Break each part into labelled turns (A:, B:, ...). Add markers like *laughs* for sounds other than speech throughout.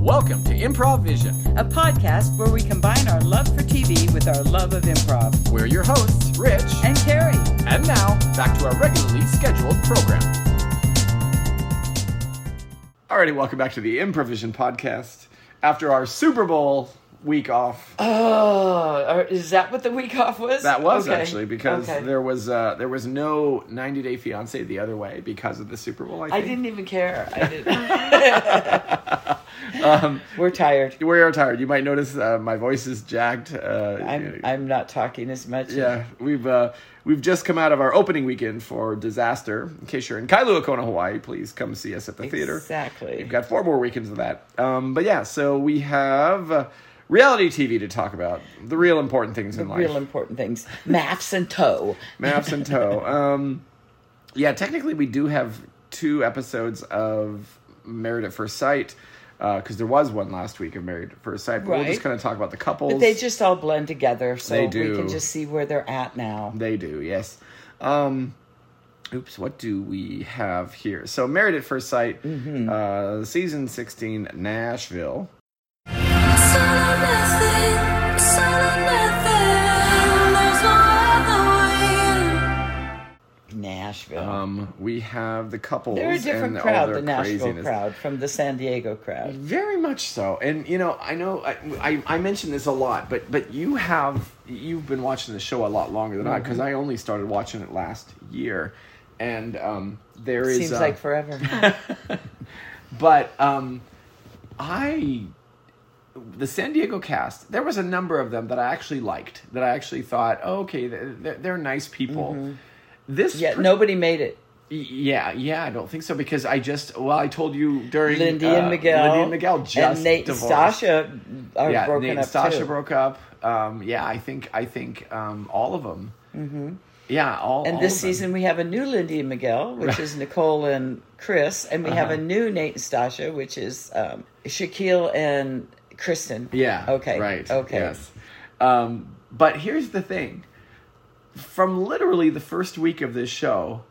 A: Welcome to Improv Vision.
B: a podcast where we combine our love for TV with our love of improv.
A: We're your hosts, Rich,
B: And Carrie,
A: and now back to our regularly scheduled program. Alrighty, welcome back to the Improvision podcast. After our Super Bowl week off,
C: Oh, is that what the week off was?
A: that was
C: Okay.
A: actually because
C: Okay.
A: there was uh, there was no 90 Day Fiance the other way because of the Super Bowl. I,
C: I
A: think.
C: didn't even care. I didn't.
A: *laughs*
C: *laughs*
A: Um,
C: We're tired.
A: We are tired. You might notice uh, my voice is jagged. Uh,
C: I'm I'm not talking as much.
A: Yeah, we've uh, we've just come out of our opening weekend for Disaster. In case you're in Kailua Kona, Hawaii, please come see us at the theater.
C: Exactly.
A: We've got four more weekends of that. Um, but yeah, so we have uh, reality TV to talk about. The real important things in life.
C: Real important things. Maps and toe.
A: Maps
C: *laughs*
A: and tow. Um, yeah, technically we do have two episodes of Married at First Sight. Because there was one last week of Married at First Sight, but we'll just
C: Right.
A: kind of talk about the couples.
C: But they just all blend together, so
A: They
C: we
A: do.
C: can just see where they're at now.
A: They do, yes. Um, oops, what do we have here? So, Married at First Sight,
C: Mm-hmm.
A: uh, season 16, Nashville.
D: It's all or nothing. It's all or nothing. There's no other way.
C: Nashville.
A: Um, we have the couples.
C: they're a
A: and
C: different
A: all
C: crowd,
A: their
C: the Nashville
A: craziness.
C: crowd from the San Diego crowd.
A: Very much so, and you know, I know I, I I mention this a lot, but but you have you've been watching the show a lot longer than I
C: Mm-hmm.
A: because I only started watching it last year, and um, there is
C: Seems
A: uh,
C: like forever.
A: But um, I, the San Diego cast, there was a number of them that I actually liked. That I actually thought, oh, okay, they're, they're nice people. This,
C: Mm-hmm. yeah,
A: per-
C: nobody made it.
A: yeah, yeah, I don't think so because I just, well, I told you during
C: Lindy
A: uh,
C: and Miguel.
A: Lindy and Miguel just
C: and Nate
A: divorced.
C: and Sasha are
A: yeah,
C: broken
A: Nate and
C: up
A: Sasha
C: too.
A: broke up. Um, yeah, I think, I think um, all of them. Mm-hmm. Yeah, all. all
C: And
A: of
C: this
A: them.
C: season we have a new Lindy and Miguel, which is Nicole and Chris, and we have
A: Uh-huh.
C: a new Nate and Stasha, which is um, Shaquille and Kristen.
A: Yeah.
C: Okay.
A: Right.
C: Okay.
A: Yes. Um, but here's the thing: from literally the first week of this show,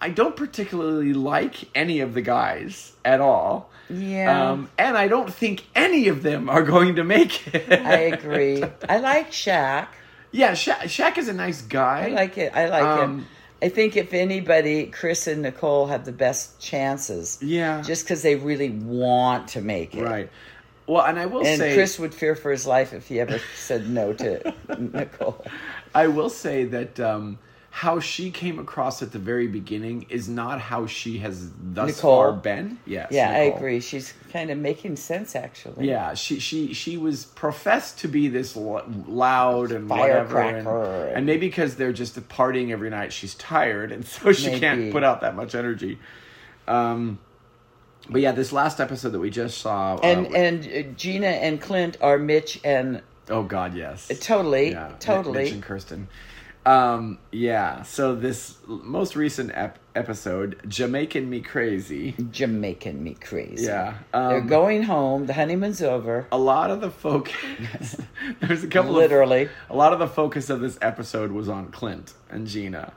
A: I don't particularly like any of the guys at all.
C: Yeah.
A: Um, and I don't think any of them are *laughs* going to make it.
C: I agree. I like Shaq.
A: *laughs* yeah, Sha- Shaq is a nice guy.
C: I like it. I like
A: Um,
C: him. I think if anybody, Chris and Nicole have the best chances.
A: Yeah.
C: Just because they really want to make it.
A: right. Well, and I will
C: And
A: say,
C: Chris would fear for his life if he ever said no to
A: *laughs*
C: Nicole.
A: I will say that um, how she came across at the very beginning is not how she has thus
C: Nicole.
A: far been. Yes.
C: Yeah, I
A: Nicole.
C: agree. She's kind of making sense, actually.
A: Yeah, she she she was professed to be this lo- loud and whatever, and,
C: Firecracker.
A: and maybe because they're just partying every night, she's tired, and *laughs* so she can't
C: Maybe.
A: put out that much energy. Um, but yeah, this last episode that we just saw, uh,
C: and
A: with-
C: and uh, Gina and Clint are Mitch and uh,
A: oh god, yes,
C: totally,
A: Yeah, Mi-
C: totally.
A: Mitch and Kirsten. Um, yeah, so this l- most recent ep- episode, Jamaican Me Crazy.
C: Jamaican me crazy.
A: Yeah,
C: they're
A: um,
C: going home. The honeymoon's over.
A: a lot of the focus *laughs* there's a couple of-
C: Literally.
A: a lot of the focus of this episode was on clint and gina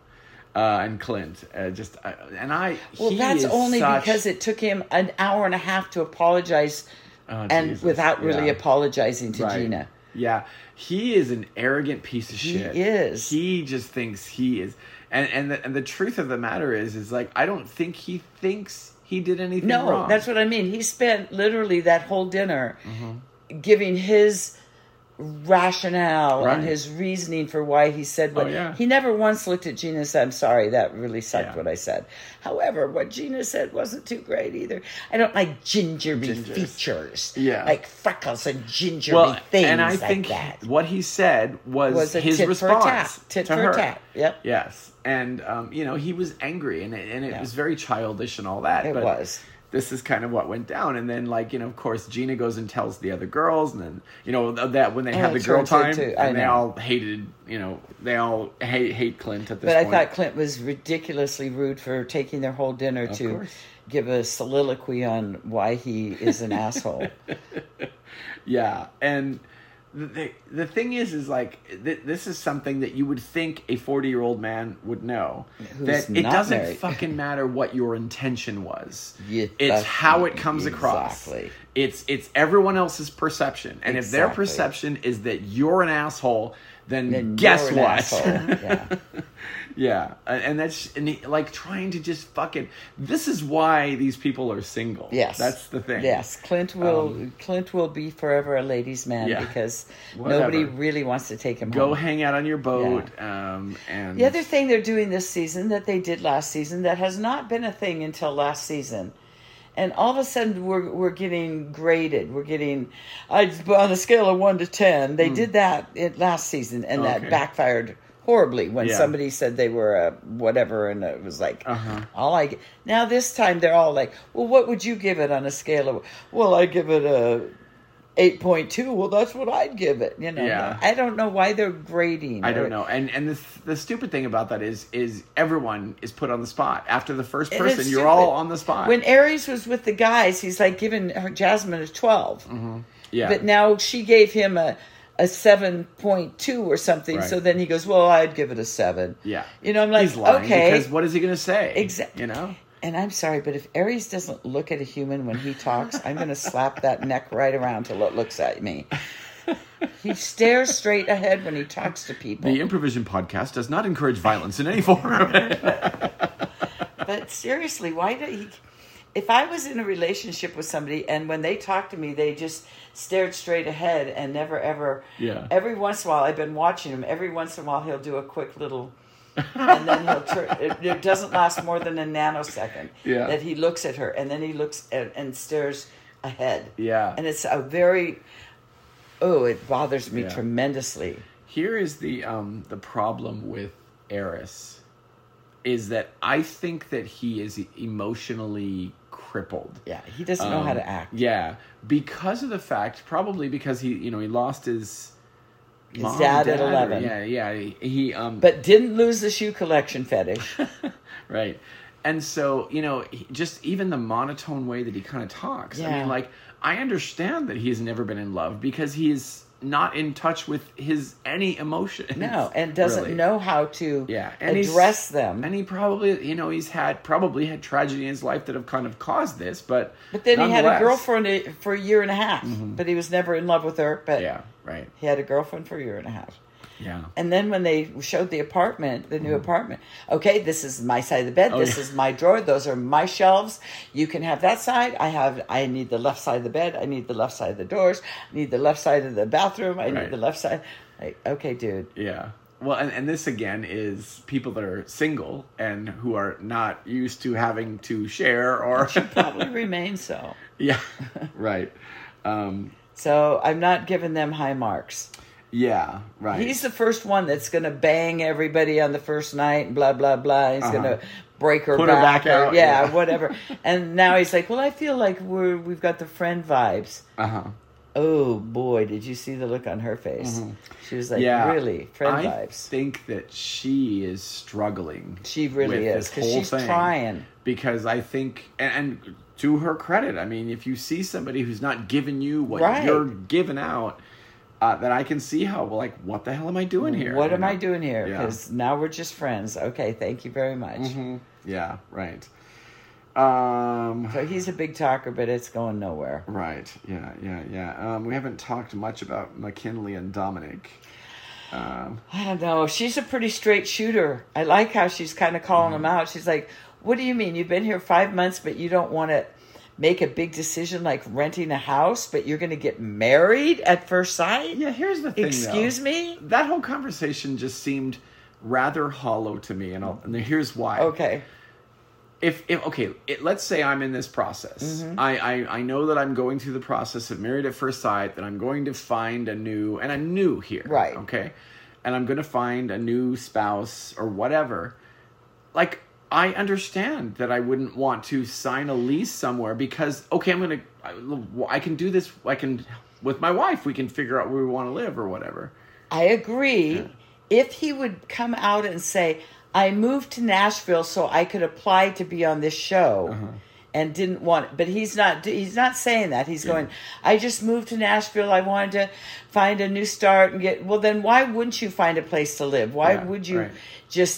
A: uh, and clint uh, just uh, and i
C: Well,
A: he
C: that's
A: is
C: only
A: such-
C: because it took him an hour and a half to apologize,
A: Oh,
C: and
A: Jesus.
C: without really
A: Yeah.
C: apologizing to
A: Right.
C: Gina.
A: yeah he is an arrogant piece of shit
C: is.
A: he just thinks he is and and the, and the truth of the matter is is like i don't think he thinks he did anything
C: No,
A: wrong.
C: that's what I mean. He spent literally that whole dinner
A: Mm-hmm.
C: giving his rationale
A: Right.
C: and his reasoning for why he said what
A: Oh, yeah.
C: he never once looked at Gina and said, I'm sorry, that really sucked
A: Yeah.
C: what I said. However, what Gina said wasn't too great either. I don't like gingery
A: Gingers.
C: features.
A: Yeah.
C: Like freckles and gingery
A: well,
C: things
A: and I
C: like
A: think
C: that.
A: what he said was,
C: Was a
A: his
C: tit for
A: response
C: tat. Tit
A: to
C: for
A: her.
C: tat. Yep.
A: Yes, and um, you know he was angry, and it, and it
C: Yeah.
A: was very childish and all that.
C: It
A: but
C: was.
A: This is kind of what went down, and then like you know, of course, Gina goes and tells the other girls, and then you know th- that when they have the
C: it
A: girl
C: turns into-
A: time,
C: I
A: and they
C: know.
A: all hated, you know, they all hate hate Clint at this.
C: But I
A: point.
C: thought Clint was ridiculously rude for taking their whole dinner to
A: course.
C: give
A: *laughs*
C: a soliloquy on why he is an asshole.
A: Yeah, and the, the thing is is like th- this is something that you would think a 40 year old man would know
C: Who's
A: that it
C: not
A: doesn't
C: married. *laughs*
A: fucking matter what your intention was
C: Yeah,
A: it's
C: that's
A: how
C: right.
A: it comes across
C: Exactly.
A: it's it's everyone else's perception and if their
C: Exactly.
A: perception is that you're an asshole then,
C: Then
A: guess
C: you're an
A: what *laughs*
C: asshole. yeah.
A: yeah and, and that's and he- like trying to just fucking this is why these people are single
C: Yes.
A: that's the thing Um,
C: Yes. Clint will Clint will be forever a ladies' man
A: Yeah.
C: because
A: Whatever.
C: nobody really wants to take him
A: go
C: home.
A: hang out on your boat um and
C: The other thing they're doing this season that they did last season that has not been a thing until last season. And all of a sudden, we're, we're getting graded. We're getting I, on a scale of one to ten. They did that it, last season, and
A: Hmm. Okay.
C: that backfired horribly when
A: Yeah.
C: somebody said they were a whatever, and it was like,
A: Uh-huh.
C: all I g- now this time they're all like, well, what would you give it on a scale of? Well, I give it a eight point two. Well, that's what I'd give it. You know,
A: Yeah.
C: I don't know why they're grading.
A: I don't
C: or-
A: know. And and the the stupid thing about that is is everyone is put on the spot after the first
C: It
A: person.
C: is
A: You're
C: stupid.
A: all on the spot.
C: When Aries was with the guys, he's like giving her Jasmine a 12.
A: yeah.
C: But now she gave him a, a 7.2 or something.
A: Right.
C: So then he goes, Well, I'd give it a 7.
A: yeah.
C: You know, I'm like,
A: He's lying
C: Okay.
A: Because what is he going to say?
C: Exact-
A: You
C: *laughs*
A: know.
C: and I'm sorry, but if Aries doesn't look at a human when he talks, I'm going to slap that neck right around till it looks at me. He stares straight ahead when he talks to people.
A: The Improvision podcast does not encourage violence in any form. *laughs*
C: But seriously, why did he? If I was in a relationship with somebody and when they talked to me, they just stared straight ahead and never ever.
A: Yeah.
C: Every once in a while, I've been watching him. Every once in a while, he'll do a quick
A: *laughs*
C: little. and then he'll turn. It, it doesn't last more than a nanosecond.
A: Yeah.
C: That he looks at her and then he looks and, and stares ahead.
A: Yeah.
C: And it's a very. Oh, it bothers me
A: Yeah.
C: tremendously.
A: Here is the um the problem with Eris is that I think that he is emotionally crippled.
C: Yeah, he doesn't know how
A: Um,
C: to act.
A: Yeah, because of the fact, probably because he, you know, he lost his, mom,
C: dad at
A: or-
C: 11.
A: Yeah, yeah. He, he, um,
C: But didn't lose the shoe collection fetish.
A: *laughs* right, and so you know, he- just even the monotone way that he kind of talks. I
C: Yeah.
A: mean, like I understand that he's never been in love because he is not in touch with his any emotions.
C: No, and doesn't
A: really.
C: know how to
A: Yeah, he's-
C: address them.
A: And he probably, you know, he's had probably had tragedy in his life that have kind of caused this, but
C: but then he had a
A: nonetheless- Mm-hmm.
C: girlfriend a- for a year and a half, but he was never in love with her. But
A: Yeah, right.
C: he had a girlfriend for a year and a half.
A: Yeah.
C: And then when they showed the apartment, the new apartment, okay, this is my side of the bed.
A: Mm-hmm. Oh,
C: this
A: yeah.
C: is my drawer. Those are my shelves. You can have that side. I have. I need the left side of the bed. I need the left side of the doors. I need the left side of the bathroom. I
A: Right.
C: need the left side. Like, okay, dude.
A: *laughs* Yeah. Well, and, and this again is people that are single and who are not used to having to share
C: *laughs*
A: or.
C: Probably remain so.
A: *laughs* yeah. Right. Um,
C: So I'm not giving them high marks.
A: yeah. Right.
C: He's the first one that's going to bang everybody on the first night, blah blah blah. He's going to break her
A: Uh-huh. Put her
C: back,
A: back
C: or-
A: out,
C: yeah,
A: yeah.
C: whatever. And now he's like, "Well, I feel like we're we've got the friend vibes."
A: Uh huh.
C: Oh boy, did you see the look on her face? She was like,
A: Mm-hmm. Yeah.
C: "Really, friend
A: I
C: vibes?"
A: think that she is struggling.
C: She really
A: with
C: is
A: this
C: because
A: whole
C: she's
A: thing.
C: trying.
A: Because I think, and, and to her credit, I mean, if you see somebody who's not giving you what
C: Right.
A: you're giving out, uh, then I can see how like what the hell am I doing here?
C: What
A: you
C: am
A: know?
C: I doing here?
A: Yeah. Mm-hmm.
C: Because now we're just friends. Okay, thank you very much.
A: Yeah, right. Um,
C: So he's a big talker, but it's going nowhere.
A: right. Yeah, yeah, yeah. Um, we haven't talked much about McKinley and Dominic. Um,
C: I don't know. She's a pretty straight shooter. I like how she's kind of calling him out. She's like, "What do you mean? You've been here five months, but you don't want to make a big decision like renting a house, but you're going to get married at first sight?
A: yeah, here's the thing. though.
C: Excuse me?
A: That whole conversation just seemed rather hollow to me, and, I'll, and here's why.
C: Okay.
A: if, if okay, it, let's say I'm in this process.
C: Mm-hmm.
A: I, I I know that I'm going through the process of married at first sight. That I'm going to find a new, and I'm new here,
C: Right.
A: Okay, and I'm going to find a new spouse or whatever. Like I understand that I wouldn't want to sign a lease somewhere because okay, I'm gonna I, I can do this. I can with my wife. We can figure out where we want to live or whatever.
C: I agree. If he would come out
A: Uh-huh.
C: and say, I moved to Nashville so I could apply to be on this show and didn't want it. But he's not he's not saying that. He's going, I just moved to Nashville. I wanted to find a new start and get well then why wouldn't you find a place to live? Why
A: Yeah,
C: would you
A: right.
C: just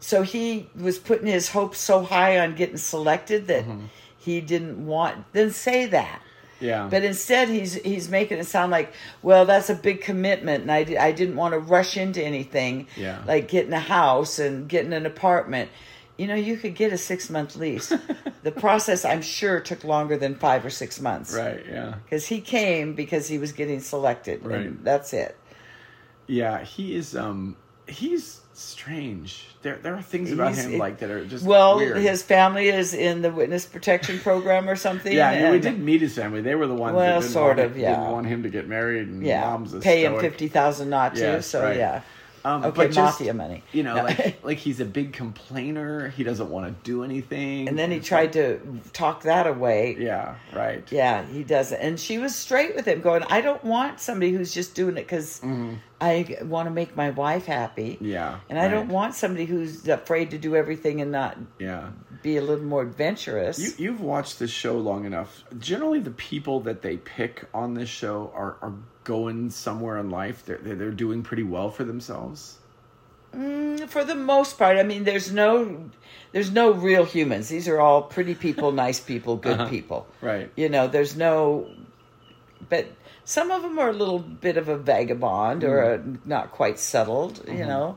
C: so he was putting his hopes so high on getting selected that
A: Mm-hmm.
C: he didn't want then say that.
A: Yeah.
C: But instead, he's he's making it sound like, well, that's a big commitment, and I, di- I didn't want to rush into anything,
A: Yeah.
C: like getting a house and getting an apartment. You know, you could get a six month
A: *laughs*
C: lease. the process, I'm sure, took longer than five or six months.
A: right. Yeah.
C: Because he came because he was getting selected. and
A: Right.
C: that's it.
A: Yeah. He is. Um. He's strange. There. There are things about
C: He's-
A: him like that are just
C: Well,
A: weird.
C: his family is in the witness protection program or something.
A: Yeah, and we
C: and-
A: did meet his family. They were the ones
C: Well,
A: that didn't,
C: sort
A: want,
C: of, yeah.
A: didn't want him to get married. And
C: Yeah,
A: mom's a
C: pay him
A: stoic.
C: fifty thousand not to.
A: Yes,
C: so
A: right.
C: yeah,
A: Um,
C: Okay,
A: but just,
C: mafia money.
A: You know,
C: No. *laughs*
A: like like he's a big complainer. He doesn't want to do anything.
C: and then he
A: It's
C: tried to talk that away.
A: like- yeah. Right.
C: Yeah, he does. And she was straight with him, going, I don't want somebody who's just doing it because I want to make my wife happy.
A: Mm-hmm. Yeah,
C: And I don't
A: right.
C: want somebody who's afraid to do everything and not
A: Yeah.
C: be a little more adventurous.
A: You, you've watched this show long enough. Generally, the people that they pick on this show are, are going somewhere in life. They're, they're, they're doing pretty well for themselves.
C: Mm, For the most part, I mean, there's no. There's no real humans. These are all pretty
A: *laughs*
C: people, nice people, good
A: Uh-huh.
C: people.
A: Right.
C: You know, there's no. But some of them are a little bit of a vagabond or
A: Mm.
C: a not quite settled, you
A: Mm-hmm.
C: know.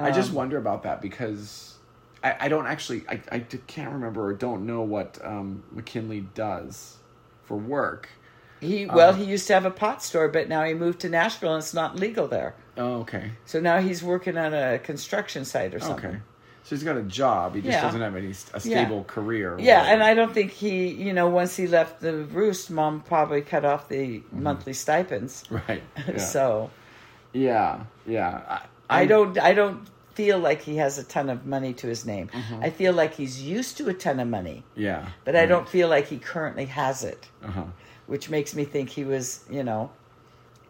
A: I
C: Um,
A: just wonder about that because I, I don't actually, I, I d- can't remember or don't know what um, McKinley does for work.
C: He
A: Uh,
C: well, he used to have a pot store, but now he moved to Nashville and it's not legal there.
A: Oh, okay.
C: So now he's working on a construction site or something.
A: Okay. So he's got a job. He just
C: Yeah.
A: doesn't have any s- a stable career.
C: Yeah, and I don't think he, you know, once he left the roost, mom probably cut off the monthly stipends.
A: *laughs* Right. Mm-hmm. Yeah.
C: *laughs* so
A: Yeah. Yeah.
C: I don't I don't feel like he has a ton of money to his name.
A: Mm-hmm.
C: I feel like he's used to a ton of money,
A: Yeah.
C: but I don't feel like he currently has it,
A: Uh huh.
C: which makes me think he was, you know,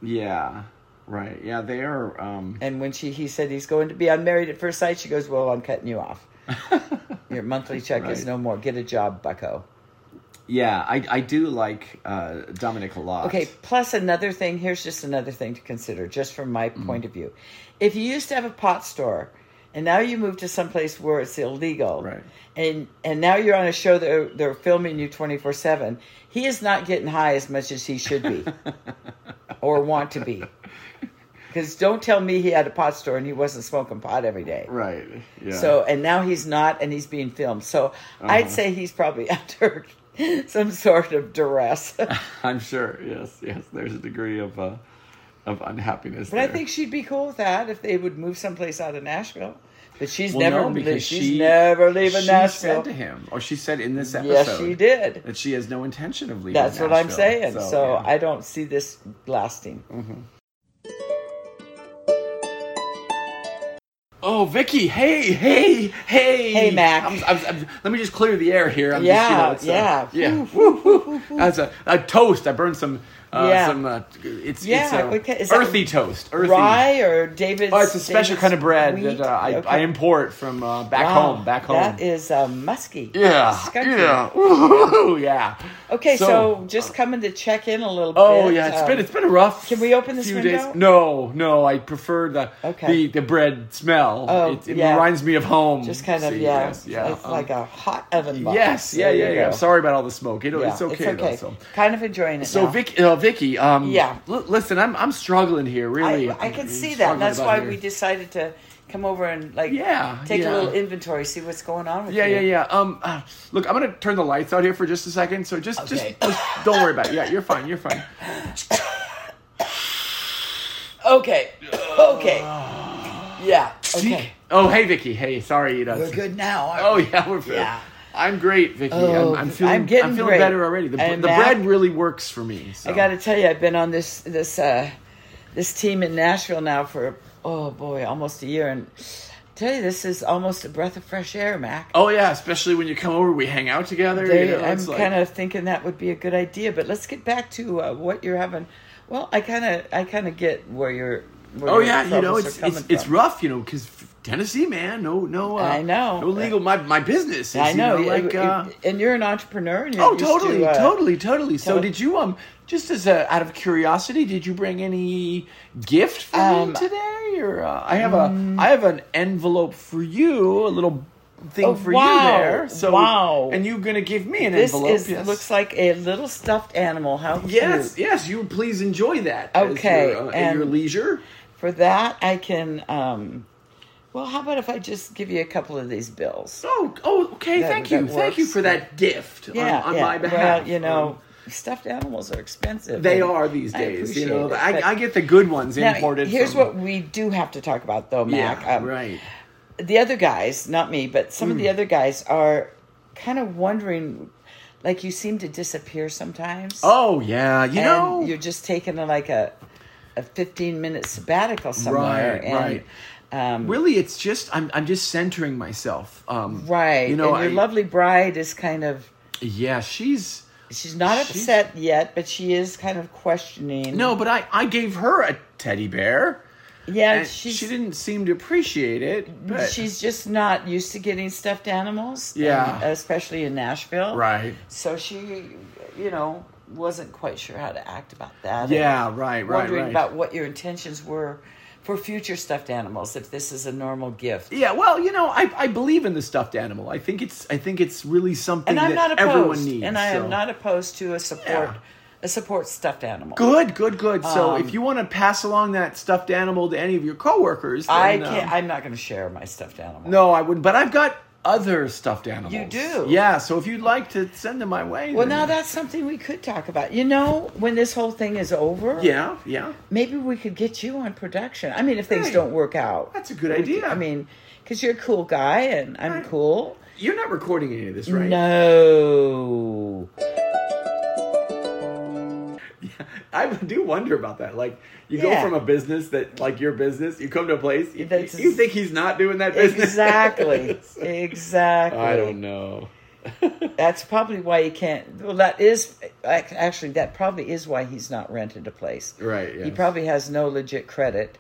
A: Yeah. Right. Yeah. They are. Um,
C: And when she he said he's going to be unmarried at first sight, she goes, "Well, I'm cutting you
A: *laughs*
C: off. Your monthly check is
A: Right.
C: no more. Get a job, Bucko."
A: Yeah, I, I do like uh, Dominic a lot.
C: Okay. Plus another thing. Here's just another thing to consider, just from my
A: Mm-hmm.
C: point of view. If you used to have a pot store, and now you move to someplace where it's illegal,
A: Right.
C: And and now you're on a show that they're, they're filming you 24 seven. He is not getting high as much as he
A: *laughs*
C: should be, or want to be. Because don't tell me he had a pot store and he wasn't smoking pot every day.
A: Right. Yeah. Uh-huh.
C: So and now he's not, and he's being filmed. So I'd say he's probably *laughs* under some sort
A: *laughs*
C: of duress. but
A: I'm sure. Yes. Yes. There's a degree of uh, of unhappiness.
C: I
A: there.
C: think she'd be cool with that if they would move someplace out of Nashville. But she's
A: Well,
C: never
A: no, because
C: she's
A: she-
C: never leaving
A: she
C: Nashville.
A: said to him, or she said in this episode,
C: Yes, she did.
A: that she has no intention of leaving.
C: That's what I'm
A: Nashville.
C: saying. So,
A: yeah.
C: I don't see this lasting.
A: Oh, Vicky! Hey, hey, hey!
C: Hey, Mac.
A: I'm, I'm, I'm- let me just clear the air here. I'm
C: Yeah,
A: just, you know, it's,
C: yeah.
A: uh, yeah. Woo, woo, woo. That's a, a toast. I burned some. Uh,
C: Yeah.
A: Some. Uh, it's
C: Yeah,
A: It's
C: okay,
A: a
C: is that
A: earthy toast. Earthy.
C: Rye or David's?
A: Oh, it's a special
C: David's
A: kind of bread
C: wheat?
A: that uh, I,
C: Okay.
A: I import from uh, back
C: Wow,
A: home. Back home.
C: That is uh, musky.
A: yeah.
C: Skunky.
A: Yeah. *laughs* Ooh, yeah.
C: Okay, so,
A: So- uh,
C: just coming to check in a little bit.
A: Oh yeah, it's
C: um,
A: been it's been a rough.
C: can we open this
A: few
C: window?
A: days. No, no. I prefer the
C: Okay.
A: the, the bread smell.
C: Oh,
A: it, it
C: yeah.
A: reminds me of home.
C: Just kind of,
A: Mm-hmm. See,
C: yeah.
A: Yes, yeah.
C: It's
A: um,
C: like a hot oven box.
A: Yes, yeah,
C: There
A: yeah,
C: you
A: yeah.
C: go.
A: Sorry about all the smoke. It, it's okay though. So,
C: Kind of enjoying it.
A: so
C: now.
A: Vicky, uh, Vicky, um,
C: Yeah.
A: l- listen, I'm I'm struggling here. Really,
C: I, I
A: I'm
C: can see that.
A: struggling
C: and That's
A: about
C: why
A: here.
C: we decided to come over and like
A: Yeah,
C: take
A: yeah.
C: a little inventory, see what's going on with
A: Yeah,
C: you.
A: yeah, yeah. Um, uh, look, I'm gonna turn the lights out here for just a second. So just,
C: Okay.
A: just, just don't worry about it. Yeah, you're fine. You're fine.
C: Okay. Okay.
A: *sighs*
C: Yeah. Okay.
A: Oh, hey, Vicky. Hey, sorry, you know.
C: We're good now. aren't
A: Oh
C: we?
A: yeah, we're. Good.
C: Yeah.
A: I'm great, Vicky.
C: Oh,
A: I'm, I'm feeling.
C: I'm getting
A: feeling
C: great.
A: better already. The,
C: And
A: the
C: Mac-
A: bread really works for me. So.
C: I got to tell you, I've been on this this uh, this team in Nashville now for oh boy, almost a year, and tell you this is almost a breath of fresh air, Mac.
A: Oh yeah, especially when you come over, we hang out together.
C: They-
A: you know,
C: I'm
A: it's like-
C: kind of thinking that would be a good idea, but let's get back to uh, what you're having. Well, I kind of, I kind of get where you're. Where
A: Oh
C: your
A: yeah, you know
C: troubles
A: it's
C: are
A: it's
C: coming
A: it's
C: from.
A: rough, you know, because Tennessee, man. No, no. Uh,
C: I know.
A: No legal. My my business. Is,
C: I know,
A: You know
C: it-
A: like.
C: it-
A: uh,
C: and you're an entrepreneur. And you're
A: Oh,
C: used to,
A: totally,
C: uh,
A: totally, totally. So,
C: tele-
A: did you um just as a out of curiosity, did you bring any gift for
C: Um, mm.
A: me today? Or uh, I have a I have an envelope for you, a little thing
C: Oh,
A: for
C: wow,
A: you there. So
C: wow.
A: and you're gonna give me an
C: This
A: envelope.
C: is
A: yes.
C: looks like a little stuffed animal. How
A: yes,
C: cute.
A: yes. You please enjoy that. as
C: Okay,
A: your, uh, at
C: and-
A: your leisure.
C: For that, I can. um Well, how about if I just give you a couple of these bills?
A: Oh, oh, okay.
C: That-
A: thank
C: that
A: you, thank you
C: works.
A: for that gift on-
C: Yeah,
A: on,
C: yeah.
A: my behalf.
C: Well, you
A: Um,
C: know, stuffed animals are expensive.
A: they
C: and
A: are these
C: I
A: days. You
C: appreciate
A: know,
C: it, but-
A: I, I get the good ones
C: Now,
A: imported.
C: here's
A: from-
C: what we do have to talk about, though, Mac.
A: Yeah,
C: Um,
A: right. Hmm.
C: the other guys, not me, but some of the other guys are kind of wondering, like you seem to disappear sometimes.
A: Oh yeah, you
C: and
A: know
C: you're just taking a, like a a 15 minute sabbatical somewhere.
A: Right,
C: and, right. Um,
A: really it's just I'm I'm just centering myself. Um
C: right.
A: You know,
C: and your
A: I-
C: lovely bride is kind of.
A: Yeah, she's
C: She's not
A: She's-
C: upset yet, but she is kind of questioning.
A: No, but I I gave her a teddy bear
C: yeah,
A: and
C: she's,
A: she didn't seem to appreciate it. But
C: she's just not used to getting stuffed animals.
A: Yeah.
C: and especially in Nashville.
A: right.
C: So she, you know, wasn't quite sure how to act about that. and
A: Yeah, right, right,
C: wondering
A: right.
C: about what your intentions were for future stuffed animals if this is a normal gift.
A: yeah, well, you know, I, I believe in the stuffed animal. I think it's I think it's really something
C: And I'm
A: that
C: not
A: everyone
C: opposed.
A: needs.
C: and I
A: so.
C: am not opposed to a support a support stuffed animal.
A: good, good, good. so
C: Um,
A: if you want to pass along that stuffed animal to any of your coworkers, then,
C: I
A: um,
C: can't. I'm not going to share my stuffed animal.
A: No, I wouldn't. But I've got other stuffed animals.
C: You do?
A: Yeah. So if you'd like to send them my way.
C: Well,
A: then-
C: now that's something we could talk about. You know, when this whole thing is over,
A: Yeah, yeah.
C: maybe we could get you on production. I mean, if things
A: Hey,
C: don't work out,
A: that's a good
C: We could-
A: idea.
C: I mean, because you're a cool guy and I'm
A: Right.
C: cool.
A: You're not recording any of this, right?
C: No.
A: *laughs* I do wonder about that. Like, you
C: Yeah.
A: go from a business that, like your business, you come to a place, you,
C: That's-
A: you think he's not doing that business. *laughs*
C: Exactly. exactly.
A: I don't know. *laughs*
C: That's probably why you can't. Well, that is ac- actually that probably is why he's not rented a place.
A: Right,
C: He
A: yes. Mm-hmm.
C: probably has no legit credit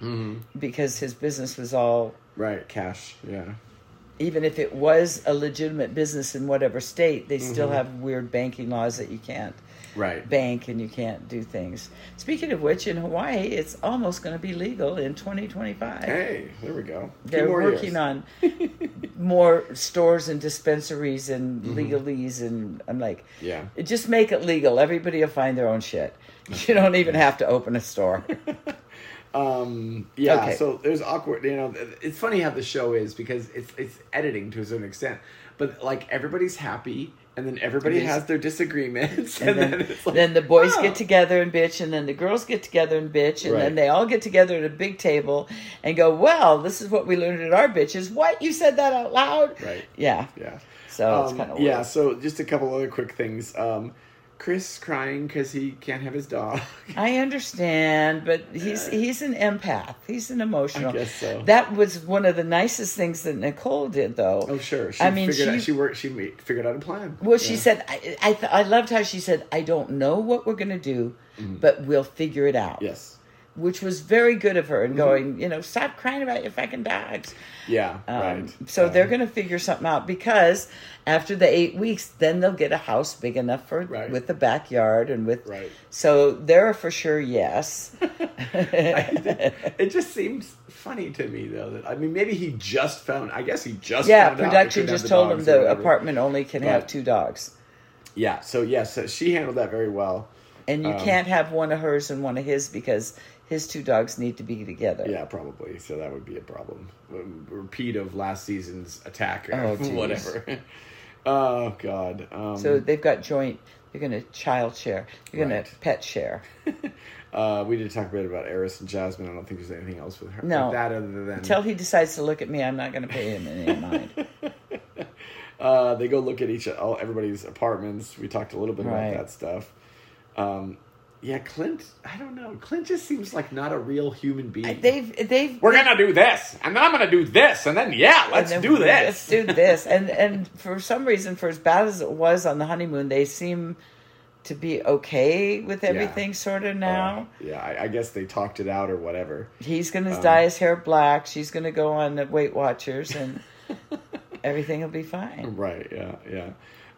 C: because his business was all.
A: Right, cash. Yeah.
C: Even if it was a legitimate business in whatever state, they still
A: Mm-hmm.
C: have weird banking laws that you can't
A: Right.
C: bank and you can't do things. Speaking of which, in Hawaii, it's almost going to be legal in 2025.
A: Hey, there we go. Two
C: They're
A: more
C: working
A: years. *laughs*
C: on more stores and dispensaries and legalese, and I'm like,
A: Mm-hmm. Yeah.
C: just make it legal. Everybody will find their
A: *laughs*
C: own shit. You don't even have to open a store.
A: Um, yeah,
C: Okay.
A: so there's awkward, you know, it's funny how the show is because it's it's editing to a certain extent, but like everybody's happy and then everybody
C: Everybody's-
A: has their disagreements
C: And then,
A: it's like,
C: then the boys
A: oh.
C: get together and bitch, and then the girls get together and bitch, and
A: Right.
C: then they all get together at a big table and go, "Well, this is what we learned at our bitches." What you said that out loud?
A: Right.
C: Yeah.
A: Yeah.
C: So Oh, it's
A: Um,
C: kind of
A: yeah. So just a couple other quick things. Um, Chris crying because he can't have his dog. *laughs*
C: I understand, but he's he's an empath. He's an emotional.
A: I guess so.
C: That was one of the nicest things that Nicole did, though.
A: oh sure. She
C: I mean,
A: figured
C: she,
A: out, she worked. She ma- figured out a plan.
C: well, she
A: Yeah.
C: said, I I, th- I loved how she said, I don't know what we're gonna do,
A: Mm-hmm.
C: but we'll figure it out.
A: Yes.
C: which was very good of her and
A: Mm-hmm.
C: going, you know, stop crying about your fucking dogs.
A: Yeah.
C: Um,
A: right.
C: So
A: Yeah.
C: they're going to figure something out because after the eight weeks, then they'll get a house big enough for
A: Right.
C: with the backyard and with.
A: Right.
C: So they're for sure
A: *laughs*
C: yes.
A: It just seems funny to me though that I mean maybe he just found. I guess he just
C: yeah,
A: found out they
C: production
A: couldn't have
C: just
A: the
C: told them
A: dogs or
C: the
A: whatever.
C: apartment only can have
A: But-
C: two dogs,
A: Yeah. So yes, so she handled that very well.
C: and you
A: Um,
C: can't have one of hers and one of his because his two dogs need to be together.
A: Yeah, probably. So that would be a problem. Um, Repeat of last season's attack or
C: Oh,
A: *laughs*
C: geez.
A: whatever. oh God. Um,
C: So they've got joint. They're going to child share. They're going to
A: Right. Mm-hmm.
C: pet share.
A: uh, we did talk a bit about Eris and Jasmine. I don't think there's anything else with her.
C: No.
A: with that other than
C: Until he decides to look at me, I'm not going to pay him any mind.
A: *laughs* uh, they go look at each all everybody's apartments. We talked a little bit
C: Right.
A: about that stuff. Um, yeah, Clint. I don't know. Clint just seems like not a real human being.
C: They've they've
A: We're gonna do this, and then I'm gonna do this, and then yeah, let's
C: And then
A: do this.
C: Let's do this. And and for some reason, for as bad as it was on the honeymoon, they seem to be okay with everything sort of now.
A: Oh, yeah, I, I guess they talked it out or whatever.
C: He's going to
A: Um,
C: dye his hair black. She's going to go on the Weight Watchers
A: *laughs*
C: and everything will be fine.
A: Right. Yeah. Yeah.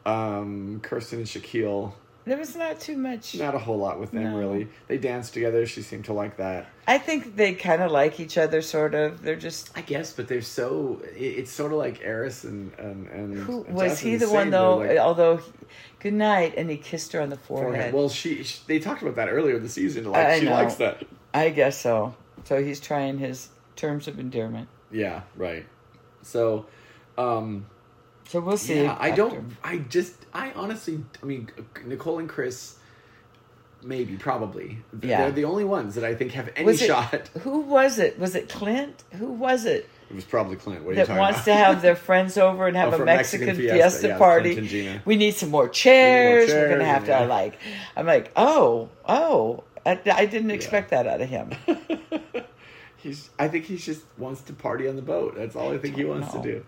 A: Um, Kirsten and Shaquille.
C: There was not too much.
A: Not a whole lot with them
C: No.
A: really. They danced together. She seemed to like that.
C: I think they kind of like each other, sort of. They're just.
A: I guess, but they're so. it- it's sort of like Eris and and and.
C: Who
A: and
C: was
A: Jasmine
C: he the
A: same.
C: one
A: They're
C: though?
A: like
C: although, he- good night, and he kissed her on the forehead.
A: forehead. Well, she, she they talked about that earlier in the season. Like
C: I
A: she
C: know.
A: likes that.
C: I guess so. So he's trying his terms of endearment.
A: Yeah. Right. So, um,
C: So we'll see.
A: yeah, I
C: after.
A: don't. I just. I honestly. I mean, Nicole and Chris. Maybe, probably. Th-
C: Yeah.
A: They're the only ones that I think have any
C: Was it-
A: shot. It,
C: Who was it? Was it Clint? Who was it
A: was probably Clint. What are you
C: that
A: talking
C: wants
A: about?
C: to
A: *laughs*
C: have their friends over and have
A: Oh,
C: a
A: for
C: Mexican,
A: Mexican
C: fiesta,
A: fiesta, yeah,
C: party?
A: Clint and Gina.
C: We need some more chairs. We're gonna
A: chairs,
C: have to
A: yeah.
C: like. I'm like, oh, oh. I, I didn't expect that out
A: *laughs*
C: of him.
A: He's. I think he just wants to party on the boat. That's all I think he
C: don't
A: wants
C: know.
A: to do.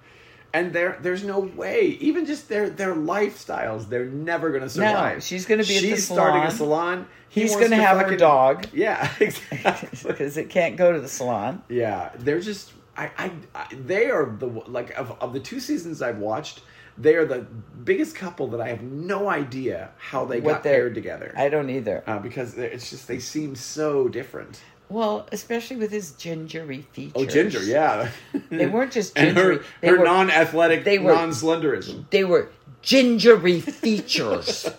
A: And there, there's no way. Even just their their lifestyles, they're never going to survive.
C: she's gonna be at the
A: She's starting a
C: salon.
A: salon. He
C: He's
A: wants
C: gonna have her
A: fucking-
C: dog.
A: *laughs* Yeah, exactly.
C: *laughs* Because it can't go to the salon.
A: yeah, they're just. I, I, I. They are the like of of the two seasons I've watched. They are the biggest couple that I have no idea how they got
C: they're-
A: paired together.
C: I don't either.
A: uh, because they're- it's just they seem so different.
C: Well, especially with his gingery features.
A: Oh, ginger, yeah. *laughs*
C: They weren't just
A: and her,
C: gingery. they
A: her
C: were
A: non-athletic,
C: they were-
A: non-slenderism.
C: they were
A: *laughs*
C: gingery features.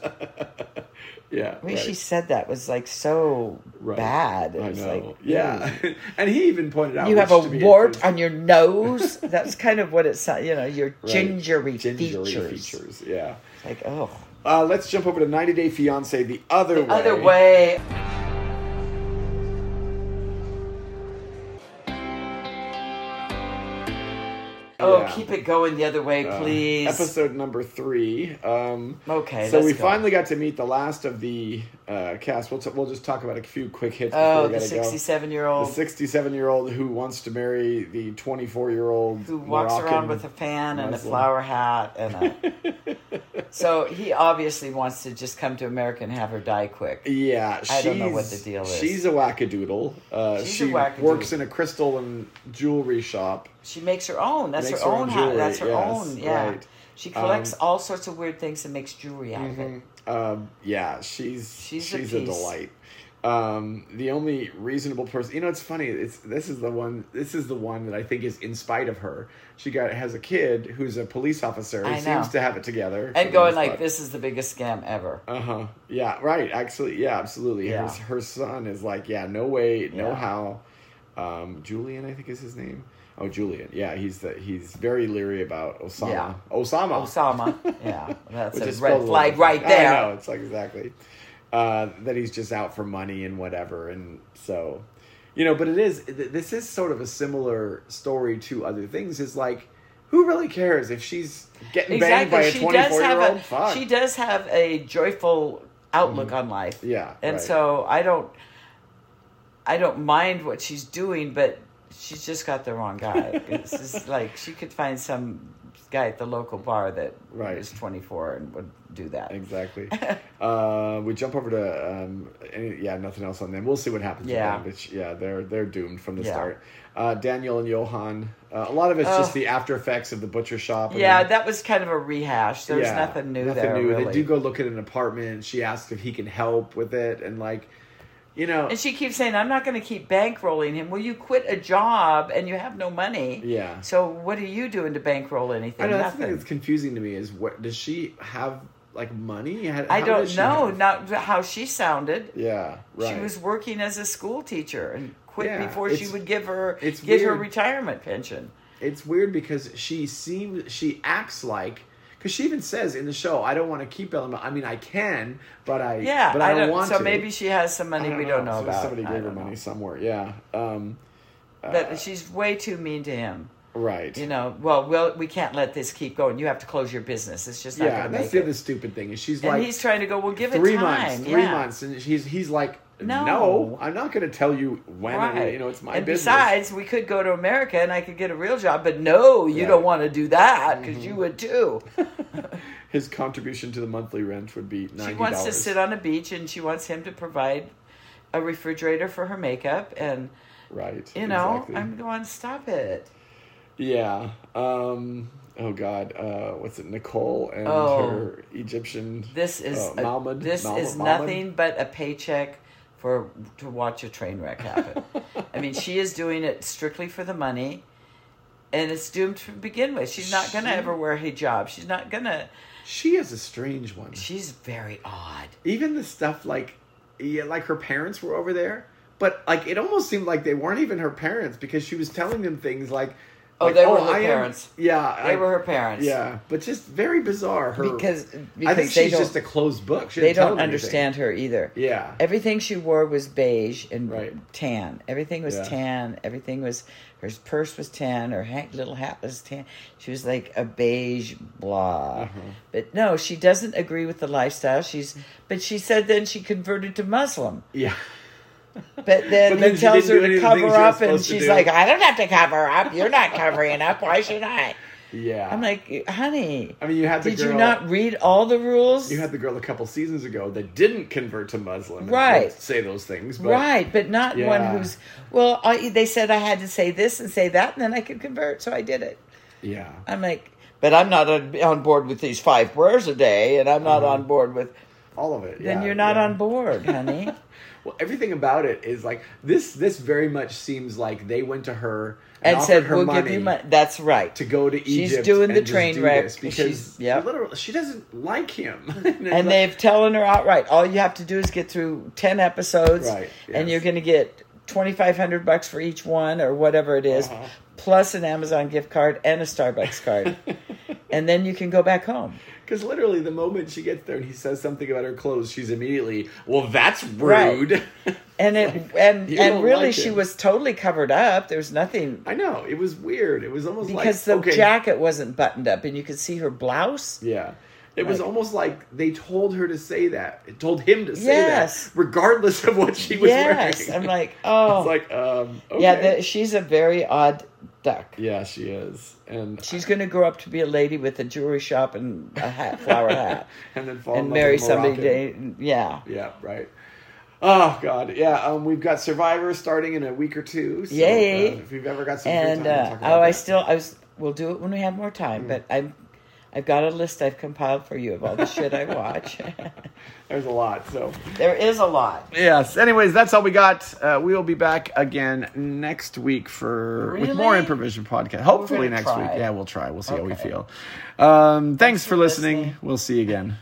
A: Yeah,
C: The way
A: right.
C: she said that was like so
A: Right.
C: bad. It
A: I
C: was
A: know.
C: like,
A: yeah, *laughs* and he even pointed out
C: You have
A: which to
C: a
A: me
C: wart
A: is-
C: on
A: *laughs*
C: your nose. That's kind of what it sounds. You know, your
A: right,
C: gingery,
A: gingery
C: features.
A: features, Yeah.
C: Like, oh,
A: Uh, let's jump over to 90 Day Fiance the other way.
C: other way. Oh,
A: Yeah.
C: keep it going the other way,
A: Uh,
C: please.
A: episode number three. Um,
C: Okay,
A: So
C: let's
A: we
C: go.
A: finally got to meet the last of the uh, cast. We'll, t- we'll just talk about a few quick hits. before
C: Oh,
A: we
C: the
A: gotta go. The
C: sixty-seven-year-old
A: 67 year old who wants to marry the 24 year old
C: who walks around with a fan and a
A: Muslim.
C: flower hat and
A: *laughs*
C: a. so he obviously wants to just come to America and have her die quick.
A: Yeah,
C: I don't know what
A: she's-
C: the deal is.
A: She's a wackadoodle. Uh,
C: She's
A: she
C: a wackadoodle.
A: works in a crystal and jewelry shop.
C: She makes her own. That's her,
A: Makes
C: own, hat.
A: jewelry,
C: That's her
A: yes,
C: own. Yeah.
A: right.
C: She collects all sorts of weird things and makes jewelry out of it.
A: Um, yeah, she's
C: She's
A: she's,
C: a
A: a,
C: piece.
A: delight. Um, the only reasonable person, you know, it's funny. It's this is the one. This is the one that I think is in spite of her. She got has a kid who's a police officer.
C: I
A: who
C: know.
A: seems to have it together
C: And going like, this is the biggest scam ever.
A: Uh huh. Yeah. Right. Actually. Yeah. Absolutely.
C: Yeah.
A: Her her son is like, yeah, no way, no
C: Yeah.
A: how. Um, Julian, I think is his name. Oh, Julian. Yeah, he's the he's very leery about Osama.
C: Yeah.
A: Osama.
C: Osama. yeah. That's
A: Which
C: a
A: is
C: red
A: spelled
C: flag
A: wrong.
C: right
A: I know.
C: there.
A: It's like exactly uh, that he's just out for money and whatever, and so you know. But it is th- this is sort of a similar story to other things. Is like. Who really cares if she's getting banged by
C: Exactly.
A: a
C: She does have
A: twenty-four-year-old?
C: a
A: Fuck. Mm.
C: she does have a joyful outlook on life.
A: Yeah,
C: And
A: right.
C: so I don't I don't mind what she's doing, but she's just got the
A: *laughs*
C: wrong guy. it's just like she could find some guy at the local bar that
A: Right.
C: was 24 and would do that. *laughs*
A: Exactly. uh, we jump over to um, any, yeah, nothing else on them. We'll see what happens.
C: Yeah.
A: With them, but yeah, they're they're doomed from the
C: Yeah.
A: start. Uh, Daniel and Johan. Uh, a lot of it's just
C: Ugh.
A: the after effects of the butcher shop. and
C: Yeah,
A: then-
C: that was kind of a rehash. There's
A: yeah,
C: nothing new there. Really.
A: They do go look at an apartment. She asks if he can help with it, and like, you know,
C: and she keeps saying, "I'm not going to keep bankrolling him." Well, you quit a job and you have no money.
A: Yeah.
C: So what are you doing to bankroll anything?
A: I know that's the
C: Nothing.
A: thing that's confusing to me is what does she have like money? How,
C: I
A: how does
C: don't
A: she
C: know.
A: have-
C: Not how she sounded.
A: yeah, right.
C: She was working as a school teacher and quit
A: Yeah,
C: before she
A: it's-
C: would give her
A: it's
C: get her
A: weird.
C: retirement pension.
A: it's weird because she seems she acts like because she even says in the show i don't want to keep Ellen. i mean i can but i
C: Yeah,
A: but i don't want
C: so
A: to
C: maybe she has some
A: I
C: money we don't know
A: So
C: about.
A: somebody
C: I
A: gave her
C: don't know.
A: money somewhere yeah um
C: but she's way too mean to him.
A: right
C: You know, well, well, we can't let this keep going. You have to close your business. It's just not
A: yeah
C: going to
A: that's
C: make
A: the
C: it.
A: other stupid thing is she's
C: and
A: like
C: he's trying to go. Well, give it
A: three
C: time.
A: months three
C: yeah.
A: months and he's he's like
C: No.
A: no, i'm not going to tell you when
C: Right.
A: I, you know it's my
C: and
A: business
C: besides, we could go to America and I could get a real job, but
A: Yeah.
C: no, you
A: Mm-hmm. *laughs*
C: don't want to do that because you would too.
A: his contribution to the monthly rent would be ninety
C: She wants to sit on a beach and she wants him to provide a refrigerator for her makeup and
A: right.
C: you know,
A: exactly.
C: I'm going, stop it.
A: Yeah. Um, oh God. Uh, what's it? Nicole and
C: Oh.
A: her Egyptian.
C: This is
A: uh,
C: a-
A: Mahmoud-
C: this
A: Mahmoud-
C: is
A: Mahmoud?
C: nothing but a paycheck for to watch a train wreck happen. I mean, she is doing it strictly for the money, and it's doomed to begin with. She's not going to
A: She-
C: ever wear hijab. She's not going to.
A: She is a strange one.
C: She's very odd.
A: Even the stuff like, yeah, like her parents were over there, but like it almost seemed like they weren't even her parents because she was telling them things like,
C: Oh,
A: like,
C: they were her
A: I am-"
C: parents.
A: yeah,
C: They
A: I-
C: were her parents.
A: Yeah, but just very bizarre. Her
C: Because-
A: I
C: because
A: think
C: they
A: she's
C: don't-
A: just a closed book. She
C: They
A: didn't tell
C: don't
A: them anything.
C: understand her either.
A: Yeah. *laughs*
C: Everything she wore was beige and
A: Right.
C: tan. Everything was
A: Yeah.
C: tan. Everything was her purse was tan. Her ha- little hat was tan. She was like a beige blah.
A: Uh-huh.
C: But no, she doesn't agree with the lifestyle. She's but she said then she converted to Muslim.
A: yeah. *laughs*
C: But then,
A: But then
C: he
A: she
C: tells
A: didn't
C: her
A: do
C: to
A: any of the things she was
C: cover up, and
A: supposed to
C: she's
A: do.
C: like, "I don't have to cover up. You're not covering up. Why
A: *laughs*
C: should I?"
A: Yeah.
C: I'm like, "Honey,
A: I mean, you had the
C: did you
A: girl-
C: not read all the rules?"
A: You had the girl a couple seasons ago that didn't convert to Muslim. and
C: Right.
A: would Say those things. But
C: right, but not
A: Yeah.
C: one who's well. I, they said I had to say this and say that, and then I could convert, so I did it.
A: Yeah.
C: I'm like, but I'm not on, on board with these five prayers a day, and I'm not on board with.
A: All of it.
C: Uh-huh. Then
A: yeah,
C: you're not
A: yeah.
C: on board, *laughs* honey.
A: Well, everything about it is like this. This very much seems like they went to her and,
C: and
A: offered
C: said,
A: her
C: "We'll
A: money
C: give you money." That's right.
A: to go to
C: She's
A: Egypt.
C: doing the
A: and just
C: train
A: do
C: wreck.
A: this
C: She's-
A: because
C: yep.
A: literally, she doesn't like him. *laughs* and
C: and they've telling her outright, all you have to do is get through ten episodes,
A: Right, yes.
C: and you're going to get twenty five hundred bucks for each one or whatever it is,
A: Uh-huh.
C: plus an Amazon gift card and a Starbucks *laughs* card, and then you can go back home.
A: because literally the moment she gets there and he says something about her clothes, she's immediately, well, that's
C: Right.
A: rude. *laughs*
C: And it and
A: you
C: and
A: don't
C: really,
A: like
C: she
A: him.
C: was totally covered up. There was nothing
A: I know it was weird. It was almost
C: because
A: like
C: the
A: okay,
C: jacket wasn't buttoned up and you could see
A: *laughs*
C: her blouse
A: Yeah. It was
C: Like-
A: almost like they told her to say that. It told him to say
C: Yes.
A: that, regardless of what she was
C: yes
A: wearing.
C: i'm like
A: *laughs*
C: oh
A: it's like, um, okay.
C: yeah the, she's a very odd duck
A: yeah, she is, and
C: she's going to grow up to be a lady with a jewelry shop and a hat
A: *laughs*
C: flower hat
A: and then fall in
C: and
A: love
C: marry
A: with a Moroccan.
C: somebody they, yeah
A: Yeah, right. Oh God, yeah. Um, we've got Survivor starting in a week or two. So,
C: Yay.
A: uh, if you've ever got some
C: and
A: free time,
C: uh,
A: talk about
C: oh i
A: that. Mm.
C: still i was we'll do it when we have more time but i'm I've got a list I've compiled for you of all the shit I watch. *laughs*
A: there's a lot. So
C: there is a lot.
A: yes. Anyways, that's all we got. Uh, we will be back again next week for with more
C: Really?
A: improvision podcast. Hopefully
C: gonna
A: next
C: try.
A: week. Yeah, we'll try. We'll see how we
C: Okay.
A: feel. Um, thanks, for listening.
C: listening.
A: We'll see you again.